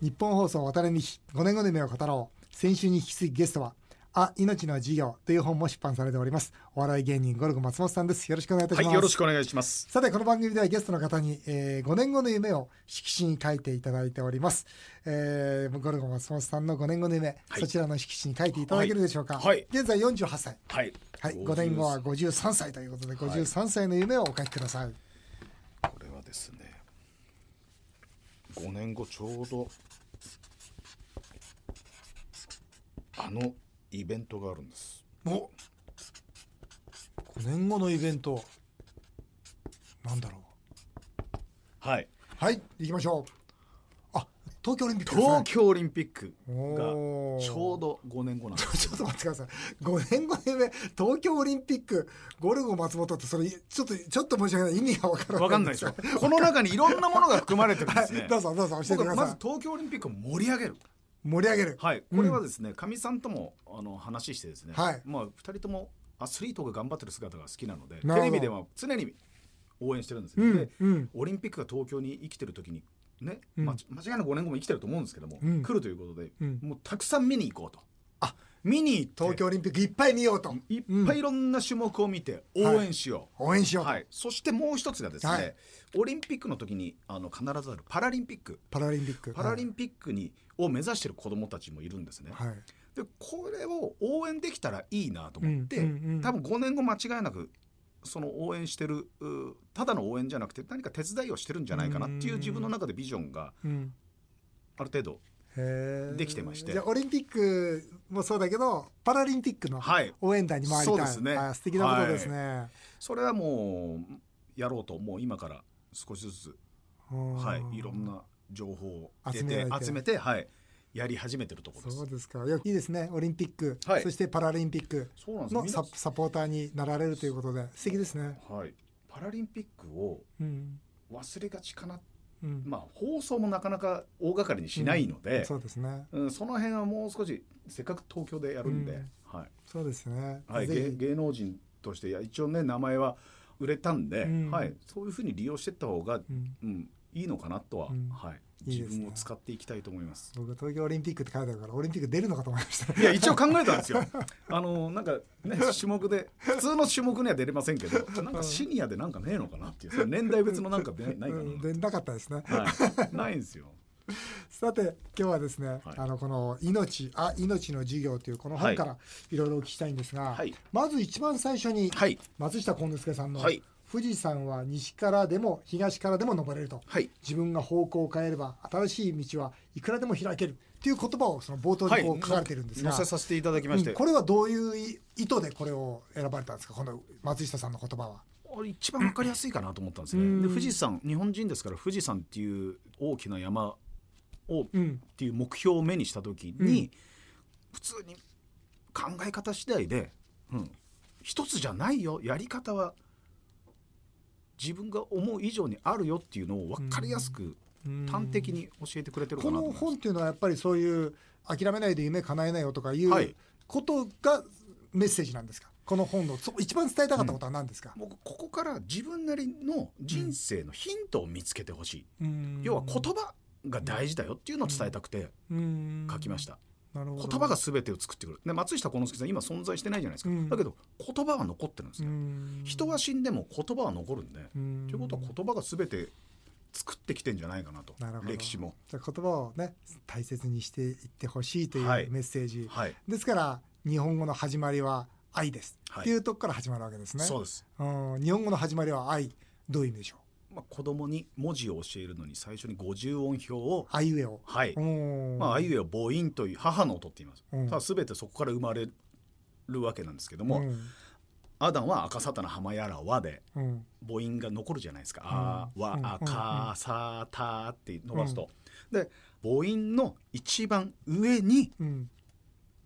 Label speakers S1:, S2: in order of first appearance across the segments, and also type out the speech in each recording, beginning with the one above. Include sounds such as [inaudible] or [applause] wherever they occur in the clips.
S1: 日本放送渡辺美希5年後の夢を語ろう先週に引き続きゲストは「あ命の授業」という本も出版されておりますお笑い芸人ゴルゴ松本さんですよろしくお願いいたし
S2: は
S1: ます、
S2: い、よろしくお願いします。
S1: さてこの番組ではゲストの方に、え5年後の夢を色紙に書いていただいております、えーゴルゴ松本さんの5年後の夢、
S2: はい
S1: そちらの色紙に書いていただけるでしょうか、
S2: はいはい
S1: 現在48歳
S2: はい。
S1: はい、5年後は53歳ということで53歳の夢をお書きください、
S2: これはですね、5年後ちょうど、あのイベントがあるんです。
S1: お5年後のイベントなんだろう
S2: はい。
S1: はい行きましょうあ東京 [laughs] オリンピックです、ね
S2: 東、京オリンピックが
S1: おー
S2: ちょうど5年後なんです。
S1: ちょっと待ってください5年後の夢東京オリンピックゴルゴ松本ってそれちょっとちょっと申し訳ない意味がわからない
S2: [laughs] わかんないでしょ。 [laughs] この中にいろんなものが含まれてるんですね。
S1: [laughs] どうぞどうぞ教えてく
S2: 僕
S1: だ
S2: は
S1: さい
S2: まず東京オリンピックを盛り上げる。
S1: 盛り上げる
S2: はい。これはですね、かみさんともあの話してですね、
S1: はい
S2: まあ2人ともアスリートが頑張ってる姿が好きなので、
S1: なるほど
S2: テレビでは常に応援してるんですけ
S1: う
S2: ど、
S1: ん
S2: で
S1: うん
S2: オリンピックが東京に生きてる時にね、
S1: うん
S2: まあ間違いなく5年後も生きてると思うんですけども、
S1: うん
S2: 来るということで、
S1: うん
S2: もうたくさん見に行こうと
S1: あ
S2: 見に行って
S1: 東京オリンピックいっぱい見ようと
S2: いっぱいいろんな種目を見て応援しよう、
S1: 応援しようと、
S2: はいそしてもう一つがですね、
S1: はい
S2: オリンピックの時にあの必ずあるパラリンピック
S1: パラリンピック
S2: パラリンピックに、を目指してる子どもたちもいるんですね、
S1: はい、はい
S2: でこれを応援できたらいいなと思って、
S1: うんうんうん
S2: 多分5年後間違いなくその応援してるうただの応援じゃなくて何か手伝いをしてるんじゃないかなっていう自分の中でビジョンが
S1: うん
S2: ある程度
S1: へー
S2: できてまして
S1: じゃあオリンピックもそうだけどパラリンピックの
S2: はい
S1: 応援団に回りたい、
S2: そうですね
S1: あ素敵なことですね、
S2: それはもうやろうともう今から少しずつ、
S1: うん
S2: はい、いろんな情報を
S1: 集
S2: 得
S1: めら
S2: て
S1: れ
S2: 集
S1: て
S2: めて、はい、やり始めてるところです
S1: そう。ですかいやいいですねオリンピック、
S2: はい
S1: そしてパラリンピック
S2: そうなんですよ
S1: の
S2: みん
S1: サ
S2: な
S1: サポーターになられるということで素敵ですね
S2: はい、パラリンピックを
S1: うん
S2: 忘れがちかな、
S1: うん、
S2: まあ、放送もなかなか大掛かりにしないので、
S1: そうですね
S2: うん、その辺はもう少しせっかく東京でやるんで、
S1: うん
S2: はい
S1: そうですね、
S2: はい、
S1: ぜ
S2: 芸
S1: ひ
S2: 芸能人としていや一応ね名前は売れたんで、
S1: うん
S2: はい、そういうふうに利用していった方が、
S1: うん
S2: うん、いいのかなとは、
S1: うん
S2: はい、
S1: いいで
S2: 自
S1: すね
S2: 分を使っていきたいと思います。
S1: 僕東京オリンピックって書いてあるからオリンピック出るのかと思いました
S2: いや一応考えたんですよ。 [laughs] あのなんかね種目で普通の種目には出れませんけど、なんかシニアでなんかねえのかなっていうその年代別のなん
S1: [laughs]
S2: かでないかな。
S1: うん出なかったですね
S2: はい、ないんですよ。
S1: さて今日はですね、
S2: い
S1: あのこの「命あ命の授業」というこの本からいろいろお聞きしたいんですが、
S2: はい
S1: まず一番最初に
S2: はい
S1: 松下幸之助さんの
S2: はい
S1: 「富士山は西からでも東からでも登れる」と
S2: はい
S1: 自分が方向を変えれば新しい道はいくらでも開けるという言葉をその冒頭
S2: は
S1: に
S2: い。
S1: こう書かれてるんですが、
S2: 載せさせていただきまして、
S1: うんこれはどういう意意図でこれを選ばれたんですかこの松下さんの言葉は。
S2: 一番わかりやすいかなと思ったんです
S1: うん
S2: ね。で富士山日本人ですから富士山っていう大きな山をっ
S1: うん
S2: ていう目標を目にした時に、普通に考え方次第で、うん、一つじゃないよやり方は自分が思う以上にあるよっていうのを分かりやすく端的に教えてくれてるか
S1: こ
S2: なと
S1: の
S2: 思います
S1: 本っていうのはやっぱりそういう諦めないで夢叶えないよとかいう
S2: はい
S1: ことがメッセージなんですかこの本のそ一番伝えたかったことは何ですか、
S2: 僕ここから自分なりの人生のヒントを見つけてほしい、
S1: うん
S2: 要は言葉が大事だよっていうのを伝えたくて書きましたた、
S1: なるほど
S2: 言葉が全てを作ってくるで松下幸之助さん今存在してないじゃないですか、
S1: うん
S2: だけど言葉は残ってるんですよ、
S1: うん
S2: 人は死んでも言葉は残るんで、
S1: うん
S2: ということは言葉が全て作ってきてんじゃないかなと
S1: なるほど
S2: 歴史も
S1: じゃあ言葉をね大切にしていってほしいとい
S2: は
S1: う
S2: い
S1: メッセージ、
S2: はい、
S1: ですから日本語の始まりは愛です、
S2: はい
S1: っていうとこから始まるわけですね
S2: そうです、
S1: うん日本語の始まりは愛どういう意味でしょ
S2: まあ、子供に文字を教えるのに最初に50音表を
S1: うあいうえを
S2: はい、
S1: うん
S2: まあ、あいうえを母音という母の音って言います、
S1: うん
S2: ただ全てそこから生まれるわけなんですけども、
S1: うん
S2: アダンは赤サタナ浜やらわで
S1: うん
S2: 母音が残るじゃないですか「あ」
S1: うん
S2: 「わ
S1: うん」
S2: 「あ」「か」「さ」「た」って伸ばすと、で母音の一番上に
S1: うん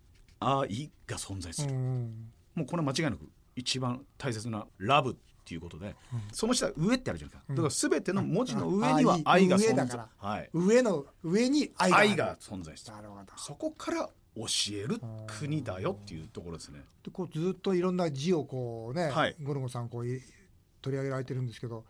S2: 「あ」「い」が存在す
S1: う
S2: る、
S1: ん
S2: もうこれは間違いなく一番大切な「ラブ」っていうことで、その下「上」ってあるじゃないですか、だから全ての文字の上には
S1: ああい
S2: 愛
S1: い
S2: が
S1: 上
S2: 存
S1: だ
S2: 在
S1: から
S2: はい、
S1: 上の上に愛がある
S2: 愛が存在してる
S1: なるほど
S2: そこから教える国だよっていうところですね
S1: でこうずっといろんな字をこうね、
S2: はい
S1: ゴルゴさんこうい取り上げられてるんですけど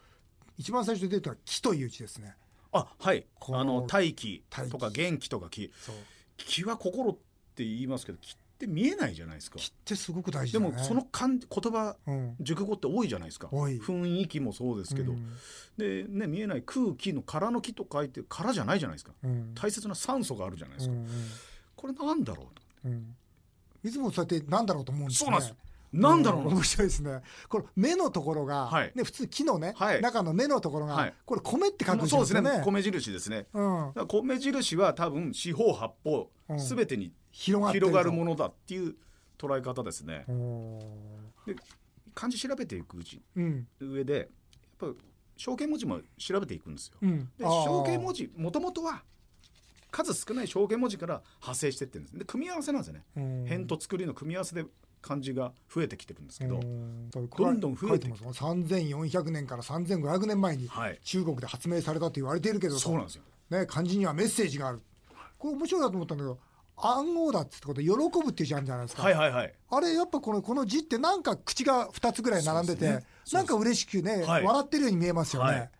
S1: 一番最初に出てたのは「木」という字ですね
S2: あはい
S1: この
S2: あの大気
S1: 大気
S2: とか元気とか気
S1: そう
S2: 気は心って言いますけど気って見えないじゃないですか
S1: 気ってすごく大事
S2: で
S1: だね
S2: もその漢言葉
S1: うん
S2: 熟語って多いじゃないですか
S1: 多い
S2: 雰囲気もそうですけど、
S1: うん
S2: でね見えない空気の空の木と書いて空じゃないじゃないですか
S1: うん
S2: 大切な酸素があるじゃないですか、
S1: うんうん
S2: これなんだろうと
S1: うんいつもそうやってなんだろうと思うんですね
S2: そうなんですなんだろうな
S1: 面白いですねこれ目のところが、
S2: はい
S1: ね、普通木のね、
S2: はい
S1: 中の目のところが、
S2: はい
S1: これ米って書くん
S2: そうです
S1: ね
S2: ね米印ですね
S1: うん
S2: だ、から米印は多分四方八方
S1: うん
S2: すべてに
S1: 広がって
S2: 広がるも
S1: の
S2: のだっていう捉え方ですね漢字調べていくうち
S1: うん
S2: 上でやっぱ象形文字も調べていくんですよ
S1: うん
S2: で象形文
S1: 字、
S2: 字もともとは数少ない象形文字から派生してってるんですで組み合わせなんですよね
S1: うん
S2: 辺と作りの組み合わせで漢字が増えてきてるんですけど、
S1: うん
S2: どんどん増えて
S1: 書いますよ3400年から3500年前に
S2: はい
S1: 中国で発明されたと言われているけど
S2: そうなんですよ
S1: ね、漢字にはメッセージがあるこれ面白いなと思ったんだけど暗号だっつってこと喜ぶっていう字あるじゃないですか、
S2: はいはいはい
S1: あれやっぱこのこの字ってなんか口が2つぐらい並んでて
S2: そうですね
S1: なんか嬉しくね、
S2: はい
S1: 笑ってるように見えますよね、
S2: はい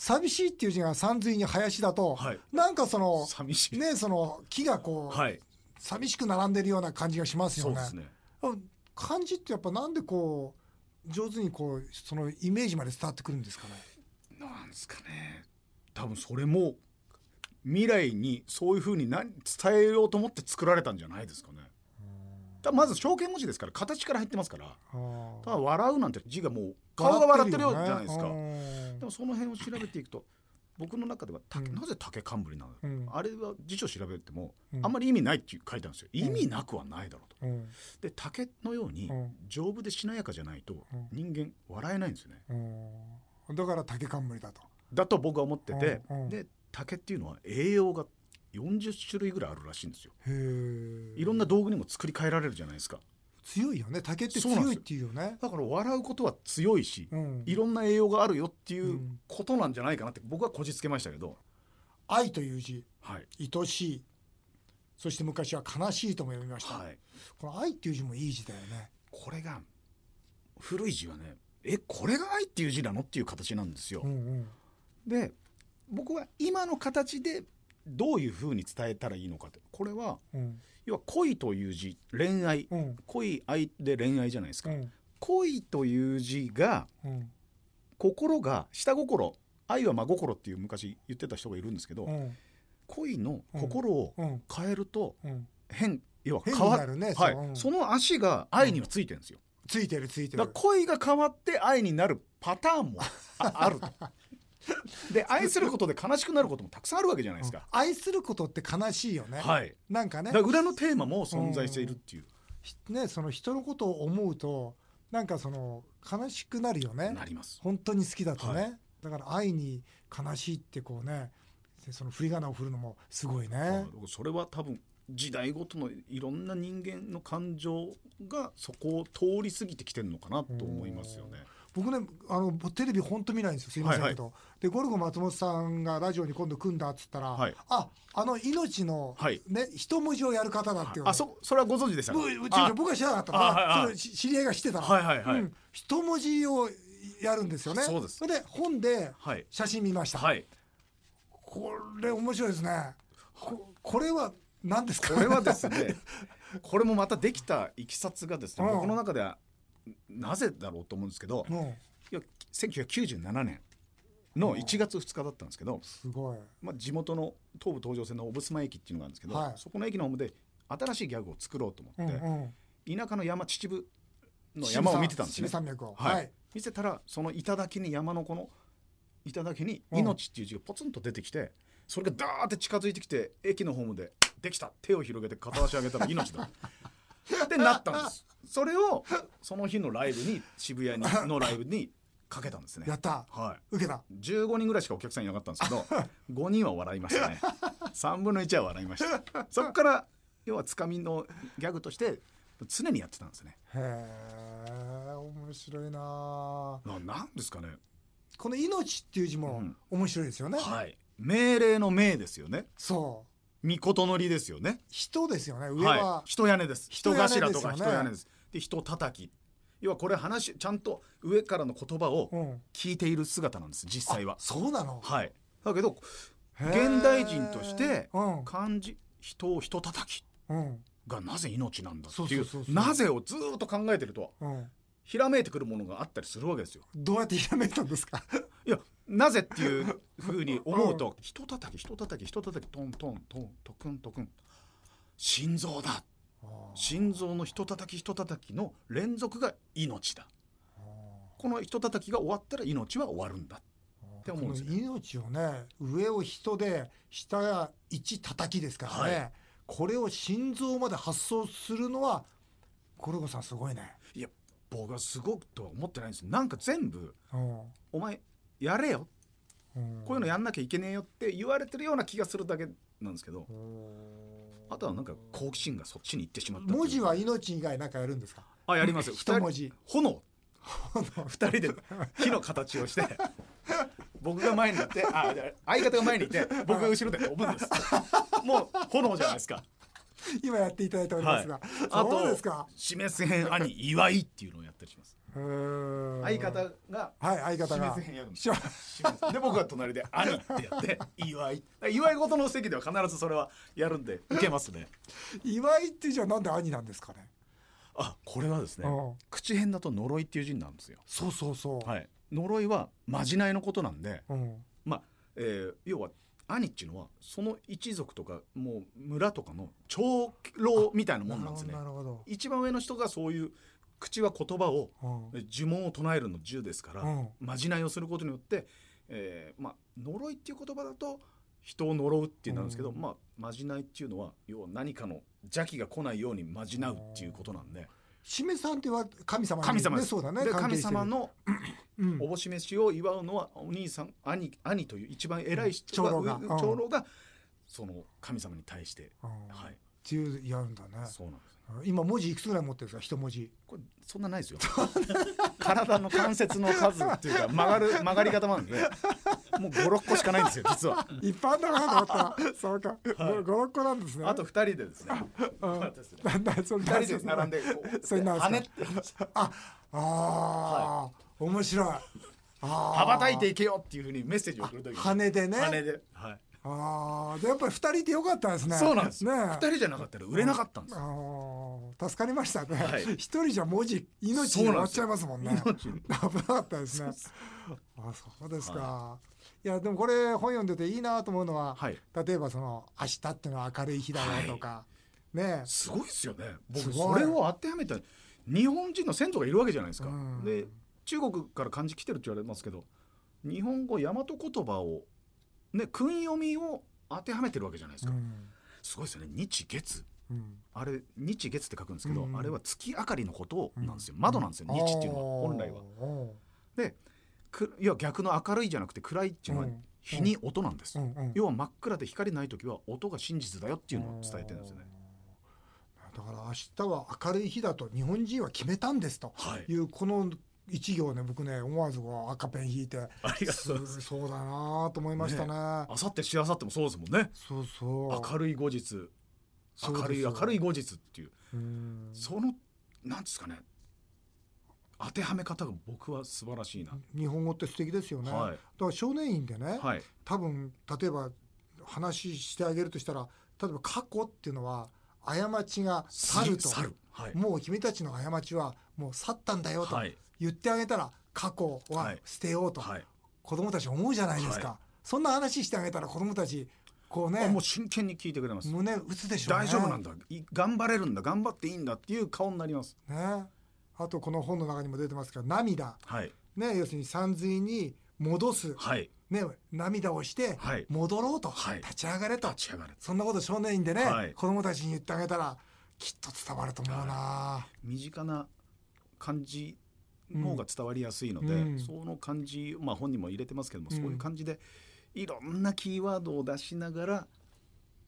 S1: 寂しいっていう字が三髄に林だと、
S2: はい
S1: なんかその
S2: 寂しい、
S1: ねその木がこう、
S2: はい
S1: 寂しく並んでるような感じがしますよ
S2: そう
S1: ね
S2: ですね
S1: あ漢字ってやっぱなんでこう上手にこうそのイメージまで伝わってくるんですかね
S2: なんですかね多分それも未来にそういうふうに何伝えようと思って作られたんじゃないですかねだまず象形文字ですから形から入ってますからただ笑うなんて字がもう顔が笑ってるようじゃないですか、でもその辺を調べていくと僕の中では、竹
S1: うん
S2: なぜ竹冠なの、
S1: うん
S2: あれは辞書調べても、
S1: うん
S2: あんまり意味ないって書いてあるんですよ
S1: ん
S2: 意味なくはないだろうと
S1: うん
S2: で竹のように
S1: うん
S2: 丈夫でしなやかじゃないと
S1: うん
S2: 人間笑えないんですよね
S1: うんだから竹冠だと
S2: だと僕は思ってて、
S1: うんうん
S2: で竹っていうのは栄養が40種類ぐらいあるらしいんですよ
S1: へえ
S2: いろんな道具にも作り変えられるじゃないですか
S1: 強いよね竹って
S2: そうなん
S1: 強
S2: で
S1: い
S2: す
S1: っていうよね
S2: だから笑うことは強いし、
S1: うん
S2: いろんな栄養があるよっていううんことなんじゃないかなって僕はこじつけましたけど、
S1: 愛という字
S2: はい
S1: 愛しいそして昔は悲しいとも読みました、
S2: はい
S1: この愛っていう字もいい字だよね
S2: これが古い字はねえこれが愛っていう字なのっていう形なんですよ、
S1: うんうん
S2: で僕は今の形でどういうふうに伝えたらいいのかってこれは
S1: うん
S2: 要は恋という字恋愛
S1: うん
S2: 恋愛で恋愛じゃないです
S1: う
S2: か、
S1: ん
S2: 恋という字が
S1: うん
S2: 心が下心愛は真心っていう昔言ってた人がいるんですけど、
S1: うん
S2: 恋の心を
S1: うん
S2: 変えると
S1: うん
S2: 変要は
S1: 変
S2: 変
S1: に
S2: わ
S1: なるね
S2: はい
S1: そううん
S2: その足が愛にはついてるんですよ、
S1: ついてるついて
S2: だ
S1: る
S2: から恋が変わって愛になるパターンも [laughs] ああるとで愛することで悲しくなることもたくさんあるわけじゃないですか、
S1: 愛することって悲しいよね、
S2: はい
S1: なんかね
S2: だから裏のテーマも存在しているっていう、
S1: ひねその人のことを思うとなんかその悲しくなるよね
S2: なります
S1: 本当に好きだとね、
S2: は
S1: だから愛に悲しいってこうねでその振り仮名を振るのもすごい
S2: あ
S1: ね
S2: ーそれは多分時代ごとのいろんな人間の感情がそこを通り過ぎてきてるのかなと思いますよね。
S1: 僕ねあのテレビ本当見ないんですよすいませんけど、でゴルゴ松本さんがラジオに今度組んだっつったら、
S2: はい
S1: ああの命の、
S2: はい
S1: ね一文字をやる方だっていうの
S2: あそそれはご存知でしたか
S1: 僕違う違う
S2: あ
S1: 僕は知らなかった
S2: あ
S1: から
S2: はいはい
S1: それ知知り合いがしてたら、
S2: はいはいはい
S1: うん一文字をやるんですよね
S2: そうです
S1: れで本で
S2: はい
S1: 写真見ました、
S2: はい
S1: これ面白いですねここれは何ですか
S2: これはですね [laughs] これもまたできたいきさつがですね
S1: うん
S2: 僕の中ではなぜだろうと思うんですけど
S1: [laughs] も
S2: いや1997年の1月2日だったんですけど
S1: う、すごい
S2: まあ、地元の東武東上線の小布島駅っていうのがあるんですけど、
S1: はい
S2: そこの駅のホームで新しいギャグを作ろうと思
S1: うん
S2: って、
S1: うん
S2: 田舎の山秩父の山を見てたんです
S1: 秩
S2: ね
S1: 父。山脈を
S2: はい
S1: はい
S2: 見てたらその頂に山のこの頂に「命」っていう字がポツンと出てきて、それがダーって近づいてきて駅のホームで「できた!」手を広げて片足上げたら「命だ」ってなったんですそれをその日のライブに渋谷に
S1: [laughs]
S2: のライブにかけたんですね
S1: やった
S2: はい
S1: 受けた
S2: 15人ぐらいしかお客さんいなかったんで
S1: [laughs]
S2: すけど5人は笑いましたね3分の1は笑いましたそこから要はつかみのギャグとして常にやってたんですね
S1: へえ面白いな
S2: ななんですかね
S1: この「命」っていう字
S2: う
S1: も
S2: ん
S1: 面白いですよね、
S2: はい、命令の命ですよね。
S1: そう
S2: 御事のりですよね。
S1: 人ですよね上は、
S2: はい、人屋根です。
S1: 人
S2: 人
S1: 屋根ですよね
S2: 頭とか人屋根です。で、人叩き。要はこれ話、ちゃんと上からの言葉を
S1: うん
S2: 聞いている姿なんです。実際は
S1: あ。そうなの
S2: はい。だけど
S1: へー
S2: 現代人として
S1: うん
S2: 漢字人を人叩き
S1: うん
S2: がなぜ命なんだって
S1: そう
S2: い
S1: うそうそうそう
S2: なぜをずーっと考えてると
S1: うん
S2: ひらめいてくるものがあったりするわけですよ。
S1: どうやってひらめいたんですか
S2: いやなぜっていうふうに [laughs] 思うと人叩き人叩き人叩きトントントントクントクン心臓だ心臓の人叩き人叩きの連続が命だこの人叩きが終わったら命は終わるんだって思うんですよ
S1: この命をね上を人で下が一叩きですからね、
S2: は
S1: これを心臓まで発想するのはゴルゴさんすごいね、
S2: いや僕はすごくとは思ってないんですなんか全部
S1: うん
S2: お前やれよ
S1: うん
S2: こういうのやんなきゃいけねえよって言われてるような気がするだけなんですけどあとはなんか好奇心がそっちに行ってしまったっていう
S1: 文字は命以外なんかやるんですか
S2: あやりますよ
S1: 一文字
S2: 炎二人で火の形を
S1: [laughs]
S2: して僕が前に行ってあじゃあ相方が前にいて僕が後ろで飛ぶんですもう炎じゃないですか
S1: 今やっていただいておりますが、
S2: はあ
S1: そう
S2: と
S1: ですか
S2: 示す編兄祝いっていうのをやったりします相
S1: 相
S2: 方が
S1: はい相方が
S2: 示す編やるんです
S1: しょ
S2: 示すで僕は隣で兄ってやって祝い祝い事の席では必ずそれはやるんで受けますね
S1: 祝いってじゃあなんで兄なんですかね
S2: あこれはですね
S1: うん
S2: 口編だと呪いっていう字になるんですよ
S1: そうそうそう、
S2: はい呪いはまじないのことなんで
S1: うん
S2: まあ、えー要は兄っていうのはその一族とかもう村とかの長老みたいなもんなんですね
S1: なるほど
S2: 一番上の人がそういう口は言葉
S1: な
S2: を
S1: るほど、うん
S2: 呪文を唱えるの10ですから、
S1: うん
S2: まじないをすることによって、えーまあ、呪いっていう言葉だと人を呪うっていうのなんですけど、
S1: うん
S2: まあ、まじないっていうのは要は何かの邪気が来ないようにまじなうっていうことなんで
S1: しめさんっては神様に
S2: 神様
S1: ね、
S2: です
S1: そうだね
S2: で
S1: 関係し
S2: 神
S1: てる
S2: 様の
S1: うん
S2: おぼし飯を祝うのはお兄さん兄兄という一番偉い人
S1: 長老が
S2: う
S1: うん
S2: 長老がその神様に対して、
S1: うん
S2: はい
S1: っていうやるんだね
S2: そうなんです
S1: 今文字いくつぐらい持ってるんですか一文字
S2: これそんなないですよ体の関節の数っていうか曲がる曲がり方もあるんでもう56個しかないんですよ実は
S1: 一般だなと思った
S2: [laughs]
S1: らそうか56個なんですね
S2: あと2人でですね
S1: うん
S2: そうですね
S1: なんだ [laughs] それ
S2: 2人で並んでこう
S1: それなん
S2: 跳ね
S1: ですああー面白いあー
S2: 羽ばたいていけよっていうふうにメッセージを送るときに
S1: 羽でね
S2: 羽で、はい
S1: ああでやっぱり二人いてよかったですね
S2: そうなんですよ、
S1: ね
S2: 2人じゃなかったら売れなかったんですよ
S1: あー助かりましたね
S2: はい
S1: 一人じゃ文字命
S2: そ
S1: 終
S2: うなん
S1: わ
S2: で
S1: っ
S2: す
S1: ちゃ
S2: よ
S1: いますもんね
S2: 命
S1: 危なかったですねあそうですか、い、やでもこれ本読んでていいなと思うのは、
S2: はい
S1: 例えばその明日っていうのは明るい日だよとか、ね
S2: すごいですよね僕
S1: すごい
S2: それを当てはめた日本人の先祖がいるわけじゃないですか、
S1: うん
S2: で中国から漢字来てるって言われますけど日本語大和言葉をね訓読みを当てはめてるわけじゃないで
S1: う
S2: すか、
S1: ん
S2: すごいですよね日月
S1: うん
S2: あれ日月って書くんですけど、
S1: うん
S2: あれは月明かりのことなんですよ、窓なんですよ日っていうのは本来は
S1: おーお
S2: でくいや逆の明るいじゃなくて暗いっていうのは
S1: うん
S2: 日に音なんです、
S1: ーうんうん
S2: 要は真っ暗で光ない時は音が真実だよっていうのを伝えてるんですよね、
S1: だから明日は明るい日だと日本人は決めたんですと
S2: はい
S1: いうこの一行ね僕ね思わずこう赤ペン引いて
S2: ありがとうござい
S1: す
S2: ます
S1: そうだなと思いましたね
S2: あさってしあさってもそうですもんね
S1: そうそう
S2: 明るい後日
S1: そう
S2: 明るい
S1: です
S2: 明
S1: よ
S2: るい後日っていう
S1: うん
S2: そのなんですかね当てはめ方が僕は素晴らしいな、
S1: 日本語って素敵ですよね、
S2: はい
S1: だから少年院でね、
S2: はい
S1: 多分例えば話してあげるとしたら例えば過去っていうのは過ちが去ると
S2: 猿はい
S1: もう君たちの過ちはもう去ったんだよと
S2: はい
S1: 言ってあげたら過去は捨てようと
S2: はい
S1: 子供たち思うじゃないですか、
S2: は
S1: そんな話してあげたら子供たちこう
S2: あ
S1: ね
S2: もう真剣に聞いてくれます
S1: 胸打つでしょうね
S2: 大丈夫なんだい頑張れるんだ頑張っていいんだっていう顔になります
S1: ねあとこの本の中にも出てますけど涙
S2: はい
S1: ね要するに山水に戻す、
S2: はい
S1: ね、涙をして
S2: はい
S1: 戻ろうと、
S2: はい
S1: 立ち上がれと
S2: 立ち上がる
S1: そんなこと少年院でね、
S2: はい
S1: 子供たちに言ってあげたらきっと伝わると思うな、
S2: 身近な感じの方が伝わりやすいので、
S1: うんうん
S2: その感じ、まあ、本人も入れてますけども、
S1: うん
S2: そういう感じでいろんなキーワードを出しながら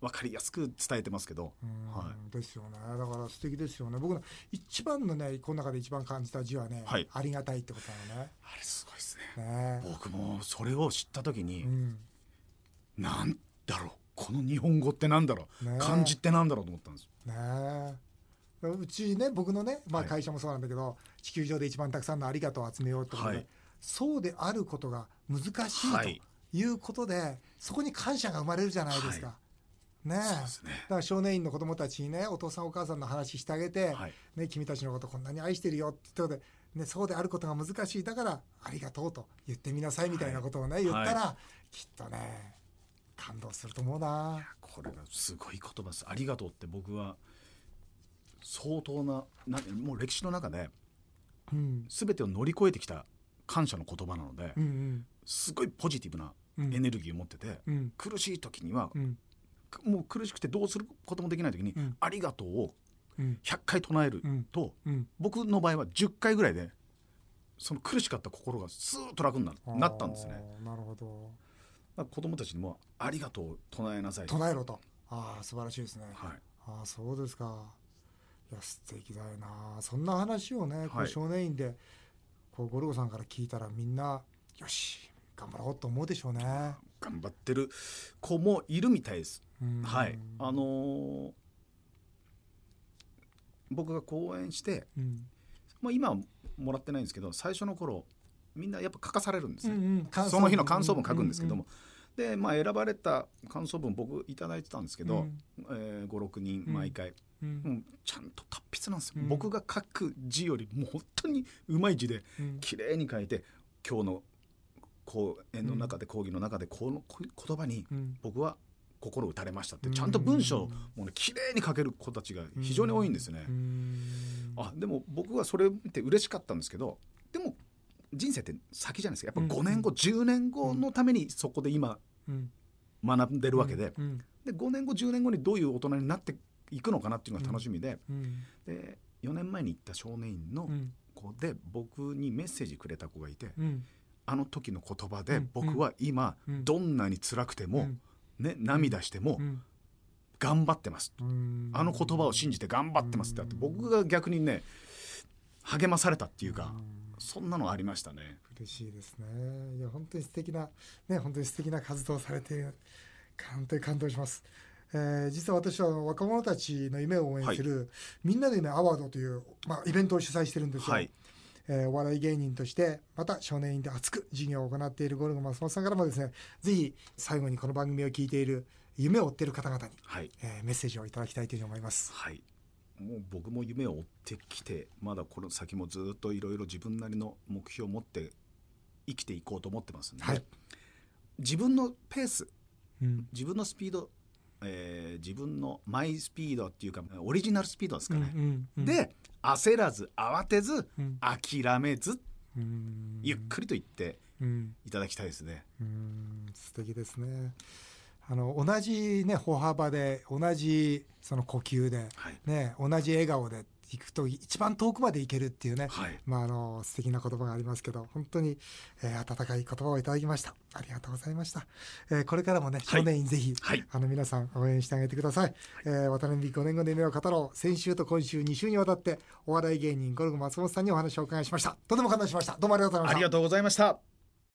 S2: 分かりやすく伝えてますけど、
S1: うん
S2: は
S1: ですよねだから素敵ですよね僕の一番のねこの中で一番感じた字はね、
S2: はい
S1: ありがたいってことなのね
S2: あれすごいですね
S1: ね
S2: 僕もそれを知った時に、
S1: うん
S2: なんだろうこの日本語ってなんだろう、
S1: ねえ
S2: 漢字ってなんだろうと思ったんです
S1: ねえうちね僕のね、まあ、
S2: はい
S1: 会社もそうなんだけど、地球上で一番たくさんのありがとうを集めようってことで、
S2: はい
S1: そうであることが難しいと、
S2: はい
S1: いうことでそこに感謝が生まれるじゃないですか。
S2: は
S1: ねえ
S2: そうですね
S1: だから少年院の子供たちにねお父さんお母さんの話してあげて、
S2: はい
S1: ね、君たちのことこんなに愛してるよって言ったので、ね、そうであることが難しいだからありがとうと言ってみなさいみたいなことをね、言ったら、きっとね感動すると思うな。
S2: これがすごい言葉です。ありがとうって僕は相当ななもう歴史の中で
S1: うん
S2: 全てを乗り越えてきた感謝の言葉なので
S1: うんうん
S2: すごいポジティブな
S1: うん
S2: エネルギーを持ってて、
S1: うん
S2: 苦しい時には、
S1: うん
S2: くもう苦しくてどうすることもできない時に「
S1: うん
S2: ありがとう」を
S1: うん
S2: 100回唱える
S1: うん
S2: と、
S1: うん
S2: 僕の場合は10回ぐらいでその苦しかった心がスーッと楽にな
S1: あー
S2: なったんですね。
S1: なるほど
S2: だから子供たちにも「ありがとう」唱えなさい。
S1: 唱えろとああ素晴らしいですね、
S2: はい
S1: ああそうですかいや素敵だよなそんな話をね、こ
S2: は
S1: う
S2: い
S1: 少年院でこうゴルゴさんから聞いたらみんなよし頑張ろうと思うでしょうね、
S2: 頑張ってる子もいるみたいです。
S1: うん
S2: はい、あのー僕が講演して、
S1: うん
S2: まあ、今はもらってないんですけど最初の頃みんなやっぱ書かされるんです
S1: うん
S2: ね、
S1: うん感想
S2: その日の感想文書くんですけども、で、まあ、選ばれた感想文僕いただいてたんですけど、えー56人毎回、
S1: うんうん
S2: もうちゃんと達筆なんですよ、
S1: うん
S2: 僕が書く字よりもう本当にうまい字で
S1: うん
S2: 綺麗に書いて今日の講演の中で講義の中でこのこ言葉に
S1: うん
S2: 僕は心打たれましたって
S1: うん
S2: ちゃんと文章もね綺麗に書ける子たちが非常に多いんですね
S1: う。ん
S2: あでも僕はそれ見て嬉しかったんですけどでも人生って先じゃないですかやっぱ5年後10年後のためにそこで今
S1: うん
S2: 学んでるわけで
S1: うん
S2: で5年後10年後にどういう大人になっていくのかなっていうのが楽しみで
S1: うん
S2: で4年前に行った少年院の
S1: うん
S2: 子で僕にメッセージくれた子がいて
S1: うん
S2: あの時の言葉
S1: う
S2: で
S1: ん
S2: 僕は今
S1: うん
S2: どんなに辛くて
S1: う
S2: も
S1: ん
S2: ね涙しても
S1: うん
S2: 頑張ってます
S1: うん
S2: あの言葉を信じて頑張ってますってあって僕が逆にね励まされたっていうか
S1: ん
S2: そんなのありましたね。
S1: 嬉しいですね。いや、本当に素敵な、ね、本当に素敵な活動をされている。本当に感動します。えー実は私はあの若者たちの夢を応援する、みんなの夢アワードという、まあ、イベントを主催してるんですよ、
S2: はい
S1: えーお笑い芸人としてまた少年院で熱く授業を行っているゴルゴ松本さんからもですねぜひ最後にこの番組を聞いている夢を追っている方々に、
S2: はい、
S1: えーメッセージをいただきたいというふうに思います。
S2: はい、もう僕も夢を追ってきてまだこの先もずっといろいろ自分なりの目標を持って生きていこうと思ってますんで、
S1: はい
S2: 自分のペース
S1: うん
S2: 自分のスピード、えー自分のマイスピードっていうかオリジナルスピードですかね。
S1: うんうん
S2: で焦らず慌てず
S1: うん
S2: 諦めず
S1: うん
S2: ゆっくりと言って
S1: うん
S2: いただきたいですね。
S1: うーん素敵ですね。あの同じね歩幅で同じその呼吸で、
S2: はい
S1: ね同じ笑顔で行くと一番遠くまで行けるっていうね。
S2: はい
S1: まああの素敵な言葉がありますけど本当に、えー温かい言葉をいただきましたありがとうございました、えーこれからもね
S2: はい
S1: 少年院ぜひ、
S2: はい
S1: あの皆さん応援してあげてください、えー渡辺5年後の夢を語ろう先週と今週2週にわたってお笑い芸人ゴルゴ松本さんにお話をお伺いしましたとても感動しましたどうもありがとうございました
S2: ありがとうございました。